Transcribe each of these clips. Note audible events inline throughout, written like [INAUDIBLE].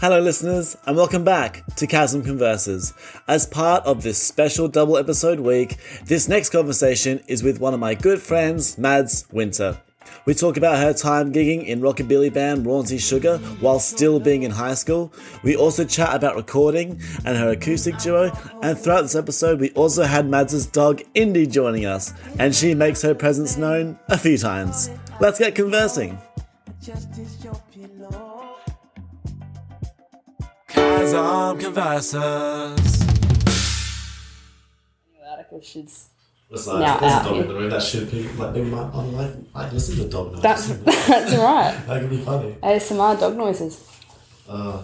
Hello, listeners, and welcome back to Chasm Converses. As part of this special double episode week, this next conversation is with one of my good friends, Mads Winter. We talk about her time gigging in rockabilly band Raunchy Sugar while still being in high school. We also chat about recording and her acoustic duo. And throughout this episode, we also had Mads' dog Indy joining us, and she makes her presence known a few times. Let's get conversing. Just is your pillow. Chasm Converses. article should. Besides, Now there's out. a dog in the room. That should be like people might online like listen to dog noises. [LAUGHS] That's that's all right. that could be funny. ASMR dog noises. Uh,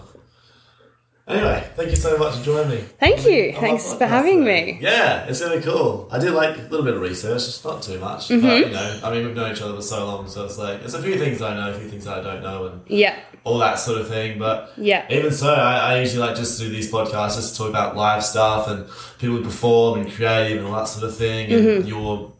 anyway, thank you so much for joining me. Oh Thank you. I'm Thanks on for podcast having today. me. Yeah, it's really cool. I did like a little bit of research, just not too much. But Mm-hmm. you know, I mean we've known each other for so long, so it's like it's a few things I know, a few things I don't know and Yeah, all that sort of thing. But yeah, Even so, I, I usually like just do these podcasts just to talk about live stuff and people who perform and creative and all that sort of thing. And Mm-hmm. you're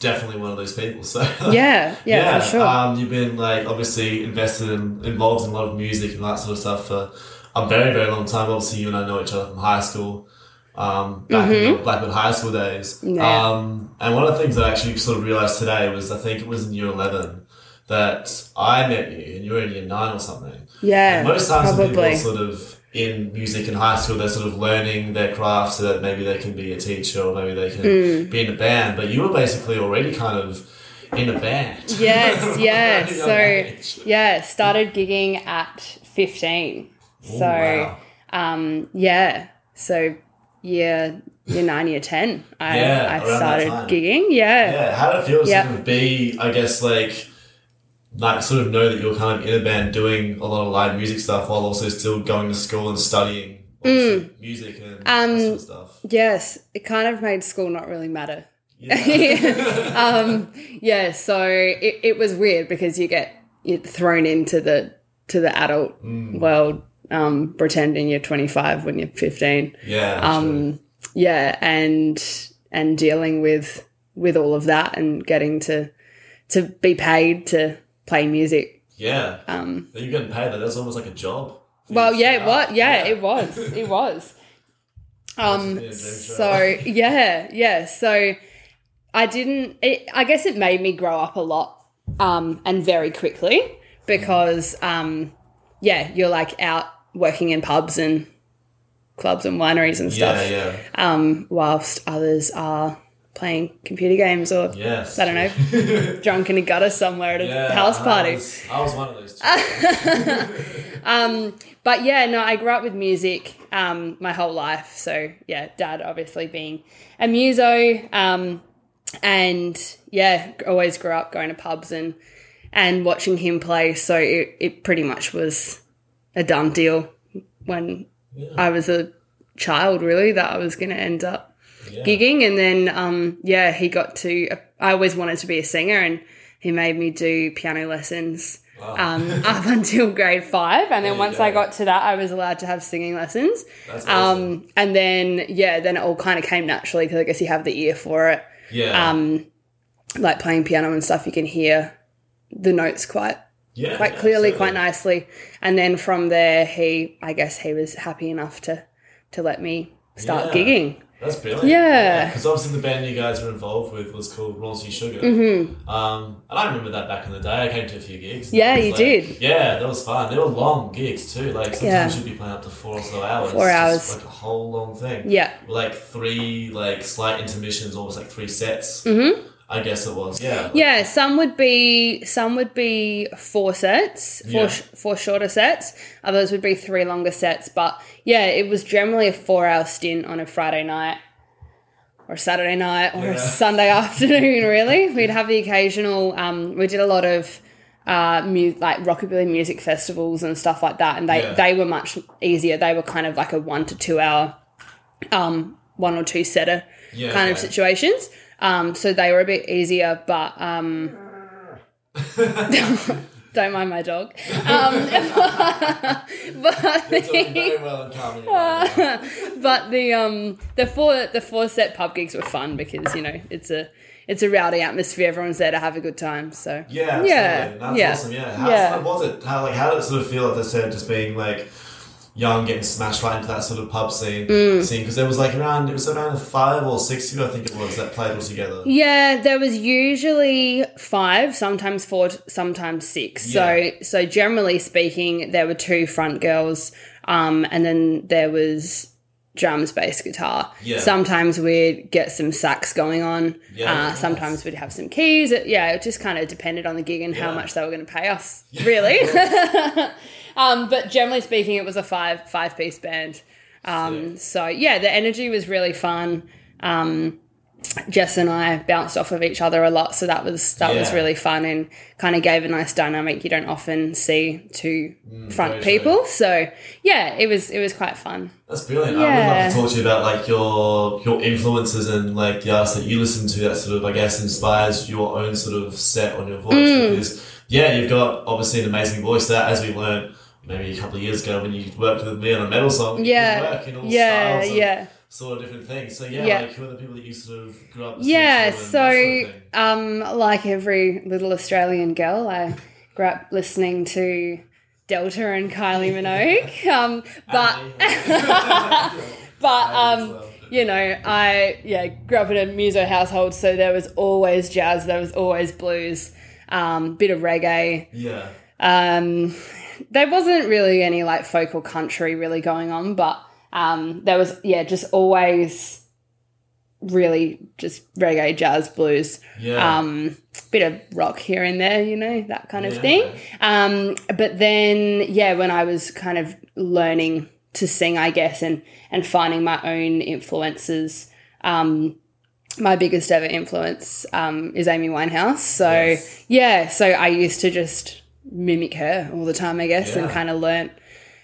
definitely one of those people. So [LAUGHS] yeah, yeah, for sure. Um, you've been like obviously invested in involved in a lot of music and that sort of stuff for a very very long time. Obviously, you and I know each other from high school. Um, back in your Blackwood High School days. Mm-hmm. Yeah. Um, and one of the things I actually sort of realized today was I think it was in year 11 that I met you and you were in year 9 or something. yeah, And most times when people probably. are sort of in music in high school, they're sort of learning their craft so that maybe they can be a teacher or maybe they can Mm. be in a band. But you were basically already kind of in a band. [LAUGHS] Yes, At a young yes. age. so yeah, started gigging at fifteen. Oh, so wow. um, yeah, so year year nine, year ten, I Yeah, around I that started time. gigging. Yeah. yeah, how did it feel to Yeah. sort of be, I guess, like, like sort of know that you're kind of in a band doing a lot of live music stuff while also still going to school and studying obviously, music and that Mm. Um, sort of [LAUGHS] stuff. Yes, it kind of made school not [LAUGHS] really matter. [LAUGHS] Yeah. um, yeah, so it, it was weird because you get you're thrown into the to the adult world, um, pretending you're 25 when you're 15. yeah. sure. Um, yeah, and and dealing with with all of that and getting to to be paid to play music. Yeah. Um, That you're getting paid, that that's almost like a job. well, yeah, Yeah. it was. Yeah, Yeah. [LAUGHS] it was. It was. Yeah, Um, no so yeah, yeah. So I didn't. It, I guess it made me grow up a lot, um, and very quickly because, um, yeah, you're like out working in pubs and clubs and wineries and stuff, Yeah, yeah. um, whilst others are playing computer games or Yes. I don't know, [LAUGHS] drunk in a gutter somewhere at a Yeah, house I party. was, I was one of those two. [LAUGHS] but yeah, no, I grew up with music um, my whole life. So yeah, dad obviously being a muso, um, and yeah, always grew up going to pubs and and watching him play. So it, it pretty much was a done deal when I was a child, really, that I was going to end up Yeah. gigging. And then um, yeah, he got to. I always wanted to be a singer, and he made me do piano lessons um, [LAUGHS] up until grade five, and then you once go. I got to that, I was allowed to have singing lessons. That's awesome. Um, and then yeah, then it all kind of came naturally because I guess you have the ear for it. yeah. Um, like playing piano and stuff, you can hear the notes quite yeah. quite clearly, absolutely. quite nicely. And then from there, he I guess he was happy enough to to let me start Yeah. gigging. That's brilliant. Yeah. Because obviously the band you guys were involved with was called Raunchy Sugar. Um, and I remember that back in the day. I came to a few gigs. Mm-hmm. It Yeah, was you like- did. Yeah, that was fun. They were long gigs too. Like Yeah. sometimes you'd be playing up to four or so hours. Four Just, hours. like a whole long thing. Yeah. With, Like three like slight intermissions, almost like three sets. I guess it was. Yeah. like- Mm-hmm. Yeah, some would be some would be four sets, four Yeah. sh- four shorter sets. Others would be three longer sets. But yeah, it was generally a four hour stint on a Friday night, or a Saturday night, or Yeah. a Sunday [LAUGHS] afternoon. Really, we'd have the occasional. Um, we did a lot of uh, mu- like rockabilly music festivals and stuff like that, and they Yeah. they were much easier. They were kind of like a one to two hour, um, one or two setter Yeah, kind of okay. situations. Um, so they were a bit easier, but um, [LAUGHS] don't mind my dog. Um, [LAUGHS] but Doing the, very well in comedy. [LAUGHS] right now. but the um the four the four set pub gigs were fun because you know it's a it's a rowdy atmosphere. Everyone's there to have a good time. So Yeah, absolutely. yeah, That's yeah. awesome. Yeah. How Yeah. how was it? How like how did it sort of feel? As I said, just being like young getting smashed right into that sort of pub scene Mm. scene because there was like around it was around five or six of you I think it was that played all together. Yeah, there was usually five, sometimes four, sometimes six. Yeah. So, so generally speaking, there were two front girls, um, and then there was drums, bass, guitar. Yeah. Sometimes we'd get some sax going on. Yeah, uh, nice. Sometimes we'd have some keys. It, yeah, it just kind of depended on the gig and how Yeah. much they were going to pay us, really. [LAUGHS] um, but generally speaking, it was a five five piece band. Um, so yeah, the energy was really fun. Um, Jess and I bounced off of each other a lot, so that was that was Yeah. really fun and kind of gave a nice dynamic you don't often see two Mm, front very people. So yeah, it was it was quite fun. That's brilliant. I would love Yeah. to talk to you about like your your influences and like the artists that you listen to that sort of I guess inspires your own sort of set on your voice Mm. because yeah, you've got obviously an amazing voice that as we learned maybe a couple of years ago when you worked with me on a metal song, you could Yeah, work in all yeah, styles and yeah. sort of different things. So yeah, Yeah. like who are the people that you sort of grew up listening yeah to and that so sort of thing? um like every little australian girl i grew up listening to delta and [LAUGHS] kylie minogue um [LAUGHS] but [LAUGHS] but um you know i yeah grew up in a muso household so there was always jazz there was always blues um bit of reggae yeah. um, there wasn't really any like folk or country really going on, but um, there was yeah, just always really just reggae, jazz, blues, Yeah. um, bit of rock here and there, you know, that kind of Yeah. thing. Um, but then yeah, when I was kind of learning to sing, I guess, and and finding my own influences. Um, my biggest ever influence um, is Amy Winehouse. So Yes. yeah, so I used to just mimic her all the time, I guess, and Yeah. kind of learnt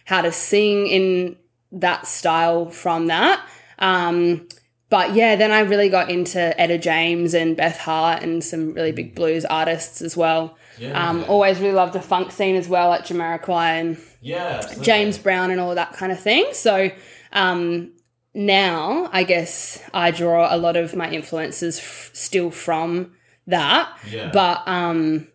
how to sing in that style from that. Um, but yeah, then I really got into Etta James and Beth Hart and some really big blues artists as well. yeah. Um, always really loved the funk scene as well, like Jamiroquai and yeah. absolutely. James Brown and all that kind of thing. So um, now I guess I draw a lot of my influences f- still from that. Yeah. But um,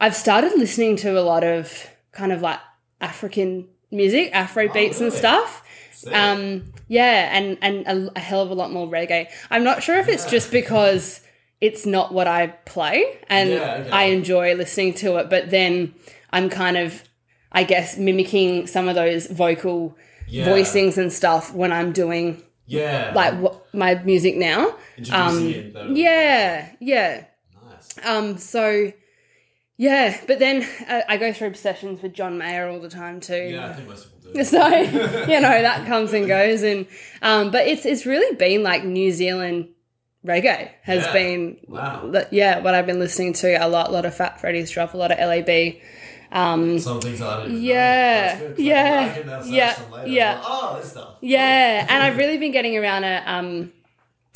I've started listening to a lot of kind of like African music, Afro beats Oh, and really? stuff. Sick. Um, yeah, and and a, a hell of a lot more reggae. I'm not sure if it's just because it's not what I play, and Yeah, okay. I enjoy listening to it. But then I'm kind of, I guess, mimicking some of those vocal yeah. voicings and stuff when I'm doing Yeah. like um, wh- my music now. Introducing it, though. Yeah, yeah. Nice. Um, so yeah, but then uh, I go through obsessions with John Mayer all the time too. Yeah, I think most people do. [LAUGHS] So you know that comes and goes, and um, but it's it's really been like New Zealand reggae has Yeah. been Wow. li- yeah what I've been listening to a lot, lot of Fat Freddy's drop, a lot of Lab. Um, Some things I didn't even Yeah, know. That's good, 'cause yeah, I can, I can now search yeah, them later. yeah. Like, oh, this stuff. yeah, and I've really been getting around a um,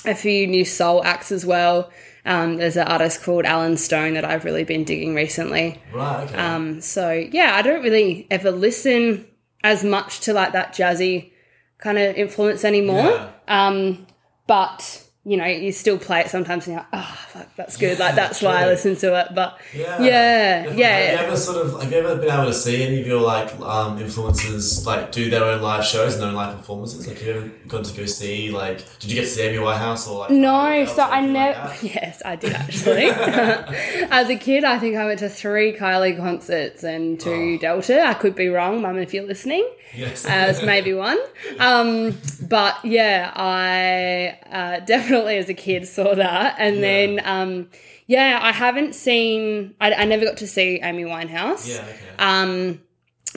a few new soul acts as well. Um, there's an artist called Alan Stone that I've really been digging recently. Right. Okay. Um, so yeah, I don't really ever listen as much to like that jazzy kind of influence anymore. Yeah. Um, but you know, you still play it sometimes and you're like, oh, fuck, that's good. like, that's why I true. listen to it. But yeah. yeah, yeah. Have you ever sort of have you ever been able to see any of your like um, influencers like do their own live shows and their own live performances? Like, have you ever gone to go see like? Did you get to see Amy Winehouse or like? No, anyone else so or I anything like never. that? [LAUGHS] [LAUGHS] yes, I did actually. [LAUGHS] As a kid, I think I went to three Kylie concerts and Oh. two Delta. I could be wrong, Mum, if you're listening. Yes. [LAUGHS] as maybe one. Um, but yeah, I uh, definitely as a kid saw that, and then um, yeah, I haven't seen. I, I never got to see Amy Winehouse. yeah. Okay. Um,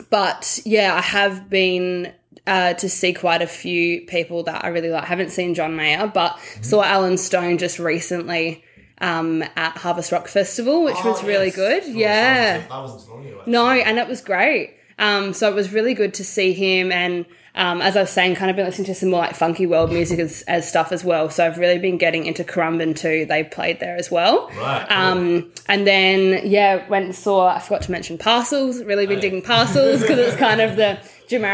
but yeah, I have been uh, to see quite a few people that I really like. haven't seen John Mayer, but Mm-hmm. saw Alan Stone just recently um, at Harvest Rock Festival, which Oh, was really yes. good. Oh, yeah. so I wasn't wrong. you, actually. No, and it was great. Um, so it was really good to see him. And um, as I was saying, kind of been listening to some more like funky world music as, as stuff as well. So I've really been getting into Currumbin too. They played there as well. Right. cool. Um, and then yeah, went and saw. I forgot to mention parcels. Really Oh, been yeah. digging parcels because it's kind of the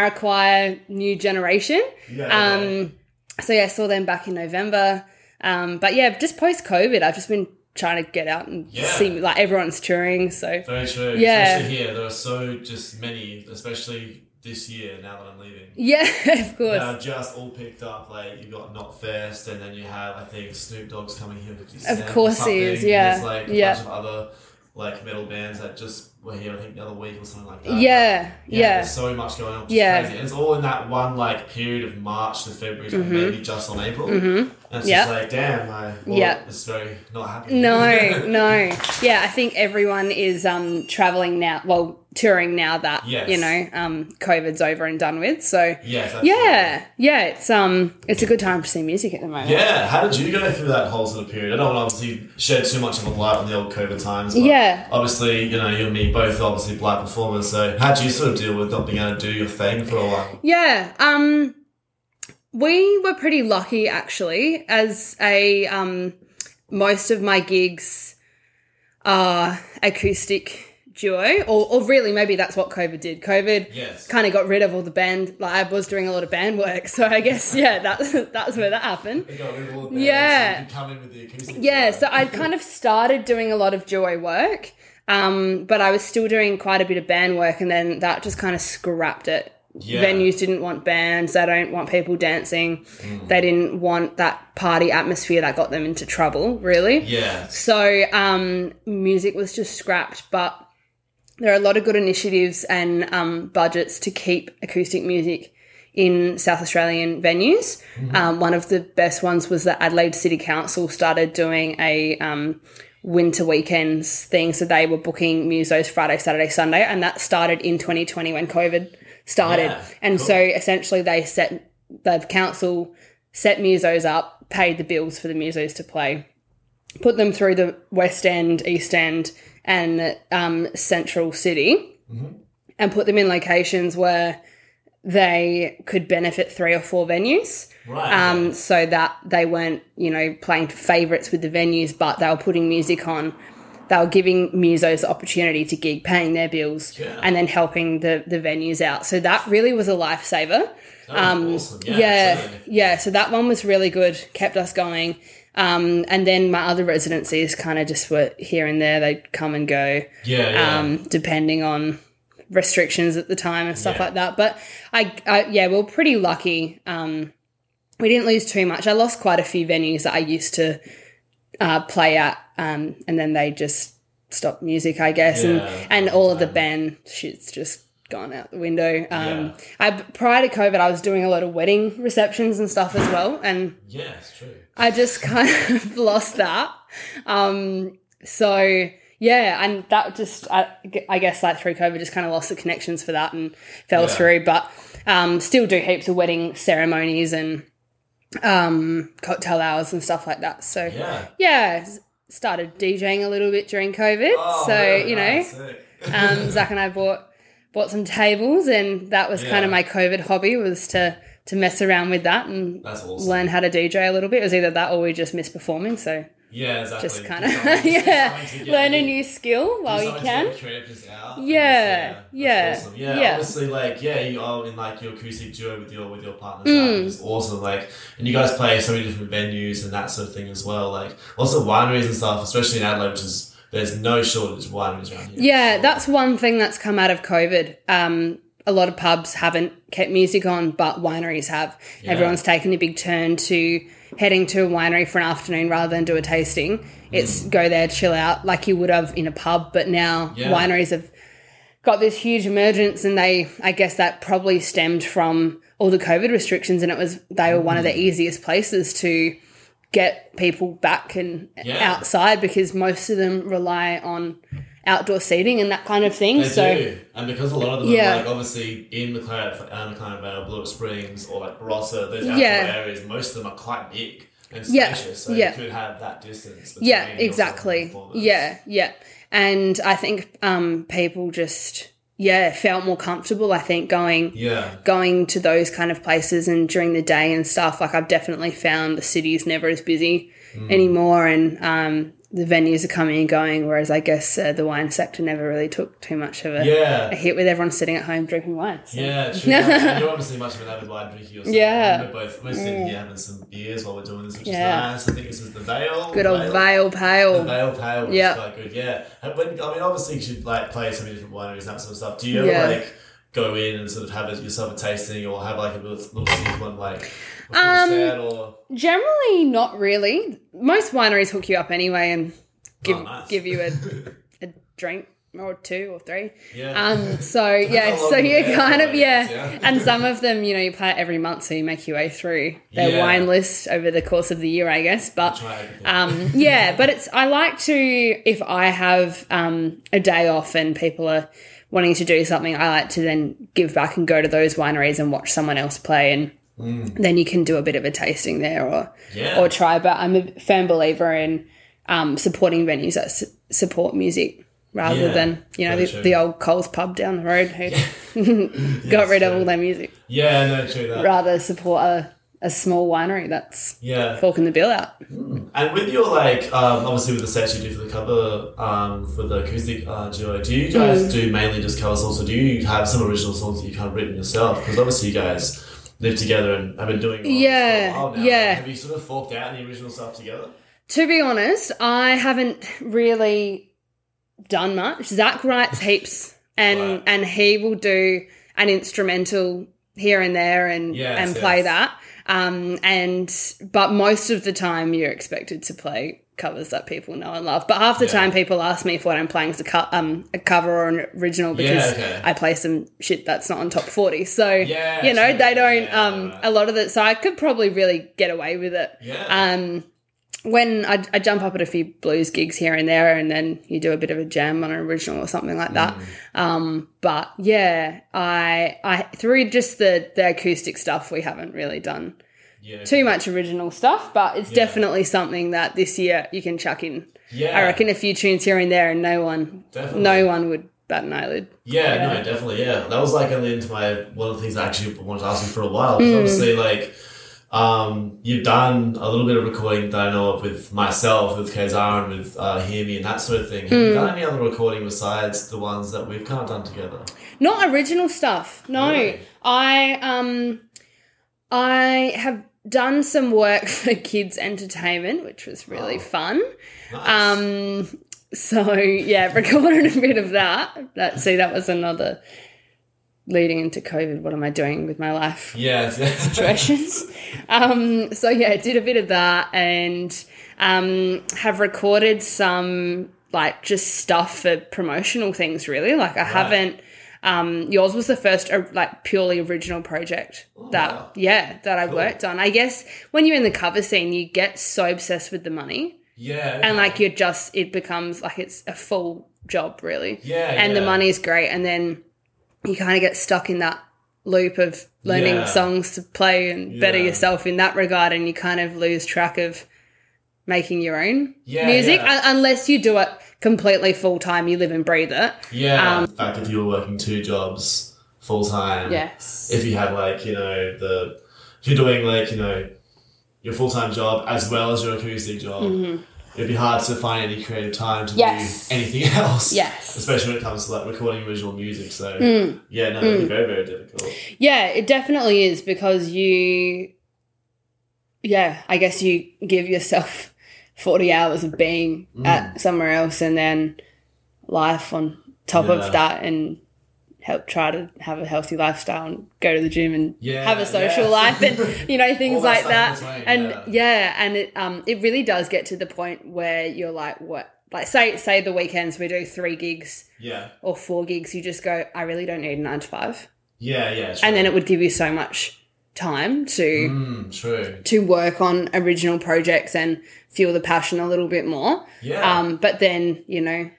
Jamiroquai new generation. Yeah, yeah. Um, so yeah, I saw them back in November. Um, but yeah, just post COVID, I've just been trying to get out and Yeah. see like everyone's touring. So Very true. Yeah. Especially here, there are so just many, especially this year now that I'm leaving. Yeah, [LAUGHS] of course. Now just all picked up. Like you got Not First, and then you have I think Snoop Dogg's coming here. 50 Cent or course he something, is, and yeah, There's like a yeah. bunch of other like metal bands that just were here I think the other week or something like that. yeah, Uh, Yeah, yeah. [LAUGHS] There's so much going on. Which Yeah. yeah. Crazy. And it's all in that one like period of March to February, to Mm-hmm. maybe just on April. And it's Yeah. just like, damn, I, well, Mm-hmm. Yeah. it's very not happy. [LAUGHS] No, no. Yeah, I think everyone is um traveling now, well, touring now that, Yes. you know, um COVID's over and done with. So yes. Absolutely. Yeah, yeah, it's um it's a good time to see music at the moment. Yeah, how did you go through that whole sort of period? I don't want to obviously shed too much of a light on the old COVID times. But Yeah. Obviously, you know, you and me both obviously black performers, so how do you sort of deal with not being able to do your thing for a while? Yeah, um we were pretty lucky actually as a um most of my gigs are acoustic duo or, or really maybe that's what covid did covid Yes. kind of got rid of all the band like i was doing a lot of band work so i guess [LAUGHS] yeah that's that's where that happened You got rid of all the Yeah. bands, you could come in with the acoustic Yeah, guitar. so I'd kind of started doing a lot of duo work, um, but I was still doing quite a bit of band work, and then that just kind of scrapped it. Yeah. Venues didn't want bands, they don't want people dancing, they didn't want that party atmosphere that got them into trouble, really. Yeah. So um, music was just scrapped, but there are a lot of good initiatives and um, budgets to keep acoustic music in South Australian venues. Mm-hmm. Um, one of the best ones was that Adelaide City Council started doing a um, winter weekends thing, so they were booking musos Friday, Saturday, Sunday, and that started in 2020 when COVID started. Yeah, and cool. so essentially, they set the council set musos up, paid the bills for the musos to play put them through the West End, East End, and um, Central City, and put them in locations where they could benefit three or four venues. Right. Um, so that they weren't, you know, playing favourites with the venues, but they were putting music on. They were giving musos the opportunity to gig, paying their bills, Yeah. and then helping the, the venues out. So that really was a lifesaver That was awesome. Yeah. um, yeah, absolutely. yeah. So that one was really good, kept us going. Um, and then my other residencies kind of just were here and there. They'd come and go, Yeah. yeah. um, depending on restrictions at the time and stuff Yeah. like that. But I, I, yeah, we were pretty lucky. Um, we didn't lose too much. I lost quite a few venues that I used to uh, play at, um, and then they just stopped music, I guess, Yeah. and and all of the band shit's just gone out the window. Um, Yeah. I prior to COVID, I was doing a lot of wedding receptions and stuff as well, and yeah, it's true. I just [LAUGHS] kind of lost that. Um, so yeah, and that just I, I guess like through COVID, just kind of lost the connections for that and fell Yeah. through. But um, still do heaps of wedding ceremonies and um, cocktail hours and stuff like that. So yeah, Yeah. s- started DJing a little bit during COVID. Oh, so really? you know, Nice, sick. um, Zach and I bought bought some tables, and that was kind Yeah. of my COVID hobby was to to mess around with that and That's awesome. learn how to DJ a little bit. It was either that or we just missed performing. So yeah, exactly. just Do kind of something- do [LAUGHS] yeah, something to get learn a you- new skill while Oh, you Sometimes can. get creatives out. Yeah, That's yeah, awesome. yeah, yeah. Obviously, like yeah, you are in like your acoustic duo with your with your partner, Hmm. Sam, which is awesome. Like, and you guys play so many different venues and that sort of thing as well. Like, lots of wineries and stuff, especially in Adelaide, which is there's no shortage of wineries around here. Yeah, that's one thing that's come out of COVID. Um, a lot of pubs haven't kept music on, but wineries have. Yeah. Everyone's taken a big turn to heading to a winery for an afternoon rather than do a tasting. It's go there, chill out, like you would have in a pub. But now Mm. Yeah. wineries have got this huge emergence, and they, I guess, that probably stemmed from all the COVID restrictions, and it was they were one Mm. of the easiest places to get people back and Yeah. outside because most of them rely on outdoor seating and that kind of thing. They so do, and because a lot of them, Yeah. are like obviously in McLaren, uh, McLaren Vale, Blue Springs, or like Barossa, those outdoor Yeah. areas, most of them are quite big and Yeah, spacious, so yeah. you could have that distance. between yeah, yourself and exactly. performers. Yeah, yeah. And I think um, people just yeah felt more comfortable. I think going yeah. going to those kind of places and during the day and stuff. Like I've definitely found the city's never as busy Mm. anymore, and um, the venues are coming and going. Whereas I guess uh, the wine sector never really took too much of a, Yeah. a hit with everyone sitting at home drinking wine. So. Yeah, true. And [LAUGHS] you're obviously much of an avid wine drinker yourself. Yeah. Mm. We're both we're sitting here having some beers while we're doing this, which Yeah. is nice. I think this is the Vale. Good old Vale Pale. The Vale Pale, which Yeah. is quite good. Yeah. And when, I mean, obviously, you should like play so many different wineries and that sort of stuff. Do you ever Yeah. like go in and sort of have a, yourself a tasting or have like a little, little sneak one like before Um, set or Generally, not really. Most wineries hook you up anyway and give Oh, nice. give you [LAUGHS] a, a drink or two or three. yeah. Um, so yeah, how so long you they're kind of there, yeah. yeah. and some of them you know you plant every month, so you make your way through their Yeah. wine list over the course of the year, I guess. But Try everything. um, yeah, but it's I like to if I have um, a day off and people are wanting to do something, I like to then give back and go to those wineries and watch someone else play, and Mm. then you can do a bit of a tasting there or Yeah. or try. But I'm a firm believer in um, supporting venues that su- support music rather Yeah, than you know very the, true. the old Coles pub down the road who [LAUGHS] got rid of all their music. yeah, no, true that. Rather support a, a small winery that's Yeah. forking the bill out. And with your like, um, obviously with the sets you do for the cover um, for the acoustic uh, duo, do you guys Mm. do mainly just cover songs, or do you have some original songs that you've kind of written yourself? Because obviously you guys live together and have been doing all this Yeah, for a while now. yeah. Have you sort of forked out the original stuff together? To be honest, I haven't really done much. Zach writes heaps, and Right. and he will do an instrumental here and there, and Yes, and play yes. that. Um, and but most of the time, you're expected to play covers that people know and love. But half the Yeah. time, people ask me if what I'm playing is a, co- um, a cover or an original because okay. I play some shit that's not on top forty. So Yeah, you know true. they don't. Yeah, um, right. a lot of it. So I could probably really get away with it. Yeah. Um, when I, I jump up at a few blues gigs here and there, and then you do a bit of a jam on an original or something like that. Um, but yeah, I I through just the the acoustic stuff, we haven't really done yeah. too much original stuff. But it's definitely something that this year you can chuck in. Yeah. I reckon a few tunes here and there, and no one Definitely. no one would bat an eyelid. Yeah, no, definitely. Yeah, that was like only into my one of the things I actually wanted to ask you for a while. Hmm. 'cause Obviously, like um, you've done a little bit of recording that I know of with myself, with Kazar, and with uh, Hear Me, and that sort of thing. Have Hmm. you done any other recording besides the ones that we've kind of done together? Not original stuff. No, Really? I um, I have done some work [LAUGHS] for kids entertainment, which was really fun. Nice. Um, so yeah, [LAUGHS] recorded a bit of that. That see, that was another leading into COVID. What am I doing with my life? yes, yes. Expressions. [LAUGHS] um, so yeah, did a bit of that and um, have recorded some like just stuff for promotional things. Really, like I haven't. Um, yours was the first uh, like purely original project that wow. yeah that I worked on. I guess when you're in the cover scene, you get so obsessed with the money [LAUGHS] yeah, and like you're just it becomes like it's a full job really Yeah, and the yeah. money's great and then you kind of get stuck in that loop of learning Yeah. songs to play and better Yeah. yourself in that regard and you kind of lose track of making your own Yeah, music yeah. un- unless you do it completely full time you live and breathe it yeah. Um, In fact, if you were working two jobs full time, yes if you had like you know the if you're doing like you know your full time job as well as your acoustic job, it'd be hard to find any creative time to Mm-hmm. Yes. do anything [LAUGHS] else. Yes. Mm. especially when it comes to like recording original music. So yeah, no, it'd be very very difficult. yeah it definitely is because you yeah i guess you give yourself [LAUGHS] 40 hours of being Mm. at somewhere else and then life on top Yeah. of that and help try to have a healthy lifestyle and go to the gym and Yeah, have a social yeah. life and you know All things that like that stuff in and between, yeah. and it um it really does get to the point where you're like what like say say the weekends we do three gigs [LAUGHS] Yeah, or four gigs you just go i really don't need a nine to five yeah, yeah. True. and then it would give you so much time to Mm, true. to work on original projects and fuel the passion a little bit more. Yeah. Um, but then you know,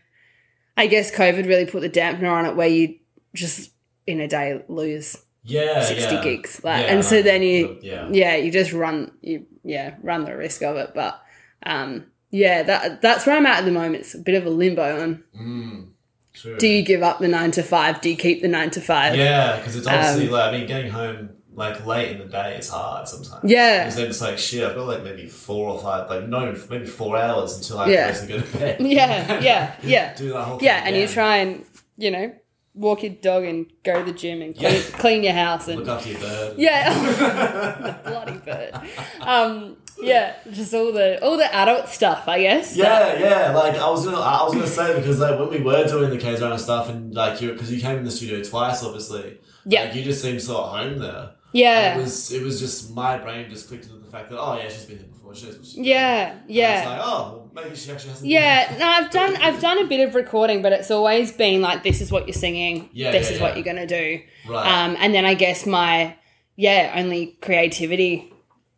I guess COVID really put the dampener on it, where you just in a day lose yeah, sixty yeah. gigs, like, Yeah, and so no, then you yeah. yeah you just run you yeah run the risk of it. But um, yeah, that that's where I'm at at the moment. It's a bit of a limbo. On Mm, true. do you give up the nine to five? Do you keep the nine to five? Yeah, because it's obviously Um, like I mean, getting home like late in the day is hard sometimes. Yeah. because then it's like shit. I've got like maybe four or five, like no, maybe four hours until I Yeah. yeah. to go to bed. [LAUGHS] yeah, yeah. yeah. do that whole thing Yeah, and you again. try and you know walk your dog and go to the gym and clean, Yeah. clean your house [LAUGHS] and look after your bird. yeah, bloody bird. Um, yeah, just all the all the adult stuff, I guess. Yeah, yeah. Like I was gonna, I was gonna say because like when we were doing the K Zone stuff and like you, because you came in the studio twice, obviously. Yeah. Like, you just seemed so at home there. yeah, It was, it was just my brain just clicked into the fact that oh yeah, she's been here before. She knows what she's doing. yeah, yeah. And it's like oh, well, maybe she actually hasn't. been Yeah, here. no, I've done I've done a bit of recording, but it's always been like this is what you're singing, Yeah, this yeah, is yeah. what you're gonna do, Right. um, and then I guess my yeah only creativity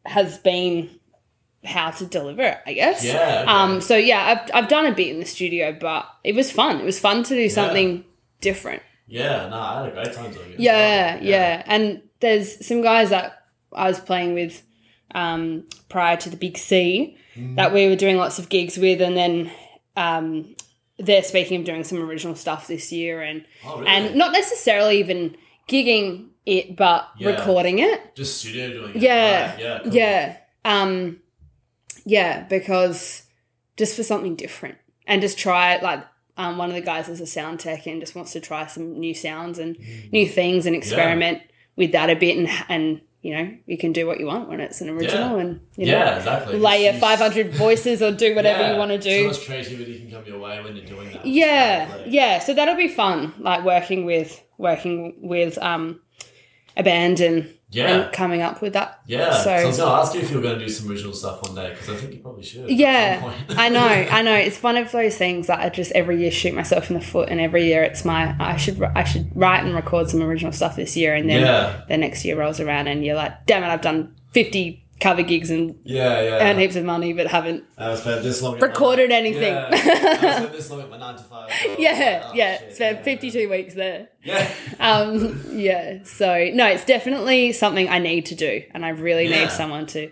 has been how to deliver it, I guess. Yeah, okay. Um. So yeah, I've I've done a bit in the studio, but it was fun. It was fun to do something different. yeah. No, I had a great time doing it. as Yeah, yeah, well. And there's some guys that I was playing with um, prior to the Big C Mm. that we were doing lots of gigs with, and then um, they're speaking of doing some original stuff this year, and Oh, really? and not necessarily even gigging it, but Yeah. recording it. just studio doing it. Yeah, Right, Yeah. cool. yeah, um, yeah, because just for something different, and just try like. Um, one of the guys is a sound tech and just wants to try some new sounds and Mm. new things and experiment with that a bit and and you know you can do what you want when it's an original Yeah. and you know Yeah, exactly. layer Just- 500 voices or do whatever yeah, you want to So do much creativity can come your way when you're doing that. yeah Like, yeah so that'll be fun like working with working with um a band and, Yeah. and coming up with that Yeah, so, I so was going to ask you if you were going to do some original stuff one day because I think you probably should. at some Yeah, point. [LAUGHS] I know, I know. It's one of those things that I just every year shoot myself in the foot, and every year it's my I should I should write and record some original stuff this year, and then Yeah. the next year rolls around, and you're like, damn it, I've done fifty cover gigs and yeah, yeah. earned heaps of money, but haven't. I spent this long at Recorded my, anything. [LAUGHS] Yeah, I spent this long at my nine to five. so I was Yeah, like, oh, yeah, shit, spent yeah. fifty two weeks there. Yeah, Um, yeah, so no, it's definitely something I need to do, and I really Yeah. need someone to.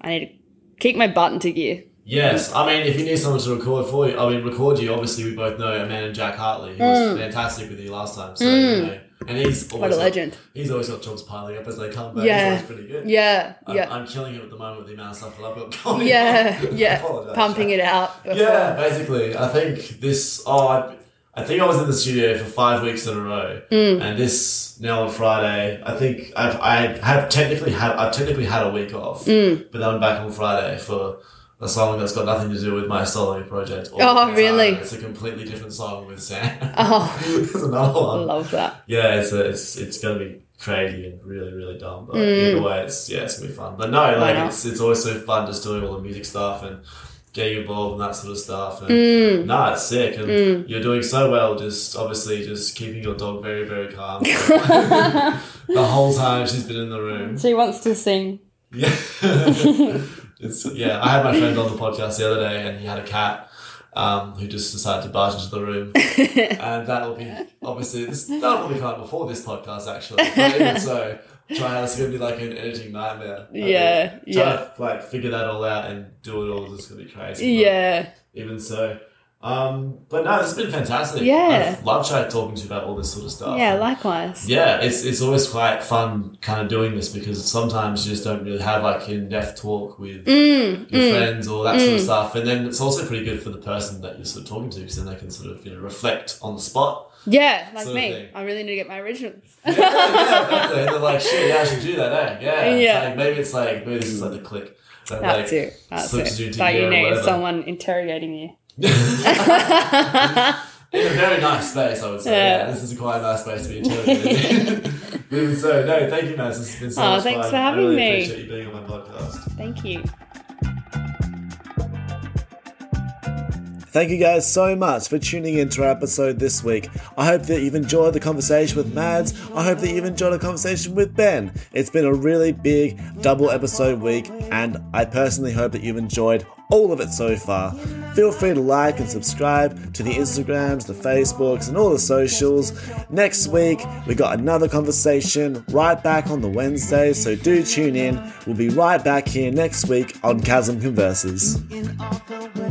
I need to kick my butt into gear. yes. I mean, if you need someone to record for you, I mean, record you. Obviously, we both know a man and Jack Hartley. He was fantastic with you last time. So you know, and he's always Mm. What a got- legend. he's always got jobs piling up as they come. But Yeah. he's always pretty good. Yeah, I'm, yeah. I'm killing it at the moment with the amount of stuff that I've got going. on. [LAUGHS] yeah, yeah, Apologise, pumping Jack. it out. Before. Yeah, basically. I think this. Oh, I, I think I was in the studio for five weeks in a row, Mm. and this now on Friday. I think I've I have technically had I've technically had a week off, Mm. but I'm back on Friday for a song that's got nothing to do with my solo project. or Oh, the guitar. really? It's a completely different song with Sam. Oh, [LAUGHS] it's another I one. love that. Yeah, it's a, it's it's gonna be crazy and really really dumb, but either way, it's yeah, it's gonna be fun. But no, like not? it's it's always so fun just doing all the music stuff and getting involved and that sort of stuff. And nah, it's sick, and you're doing so well. Just obviously just keeping your dog very very calm [LAUGHS] the whole time she's been in the room. She wants to sing. Yeah. [LAUGHS] it's, yeah, I had my friend on the podcast the other day and he had a cat um, who just decided to barge into the [LAUGHS] room. and that'll be obviously, this, that'll probably come out before this podcast actually. But [LAUGHS] even so, trying it's going to be like an editing nightmare. I think. Yeah, Trying yeah, to like figure that all out and do it all is just going to be crazy. but yeah. Even so. Um, but no, it's been fantastic. Yeah. I've loved chat talking to you about all this sort of stuff. Yeah, likewise. Yeah, it's it's always quite fun kind of doing this because sometimes you just don't really have like in depth talk with Mm, your friends or that sort of stuff, and then it's also pretty good for the person that you're sort of talking to because then they can sort of you know reflect on the [LAUGHS] spot. Yeah, like Sort of me. thing. I really need to get my originals. Yeah, yeah, exactly. And they're like, shit, yeah, I should do that, eh? Yeah, It's Yeah. like, maybe it's like maybe this is like the click. That, That's like, it. That's slips you it. into That you gear or need whatever. someone interrogating you. It's a very nice space, I would say. Yeah. Yeah. this is quite a nice space to be interrogated. [LAUGHS] [LAUGHS] Even so, no, thank you, Mads. It's been so Aw, much Oh, thanks fun. for having I really me. appreciate you being on my podcast. Thank you. Thank you guys so much for tuning in to our episode this week. I hope that you've enjoyed the conversation with Mads. I hope that you've enjoyed the conversation with Ben. It's been a really big double episode week, and I personally hope that you've enjoyed all of it so far. Feel free to like and subscribe to the Instagrams, the Facebooks, and all the socials. Next week, we got another conversation right back on the Wednesday, so do tune in. We'll be right back here next week on Chasm Converses. in all the ways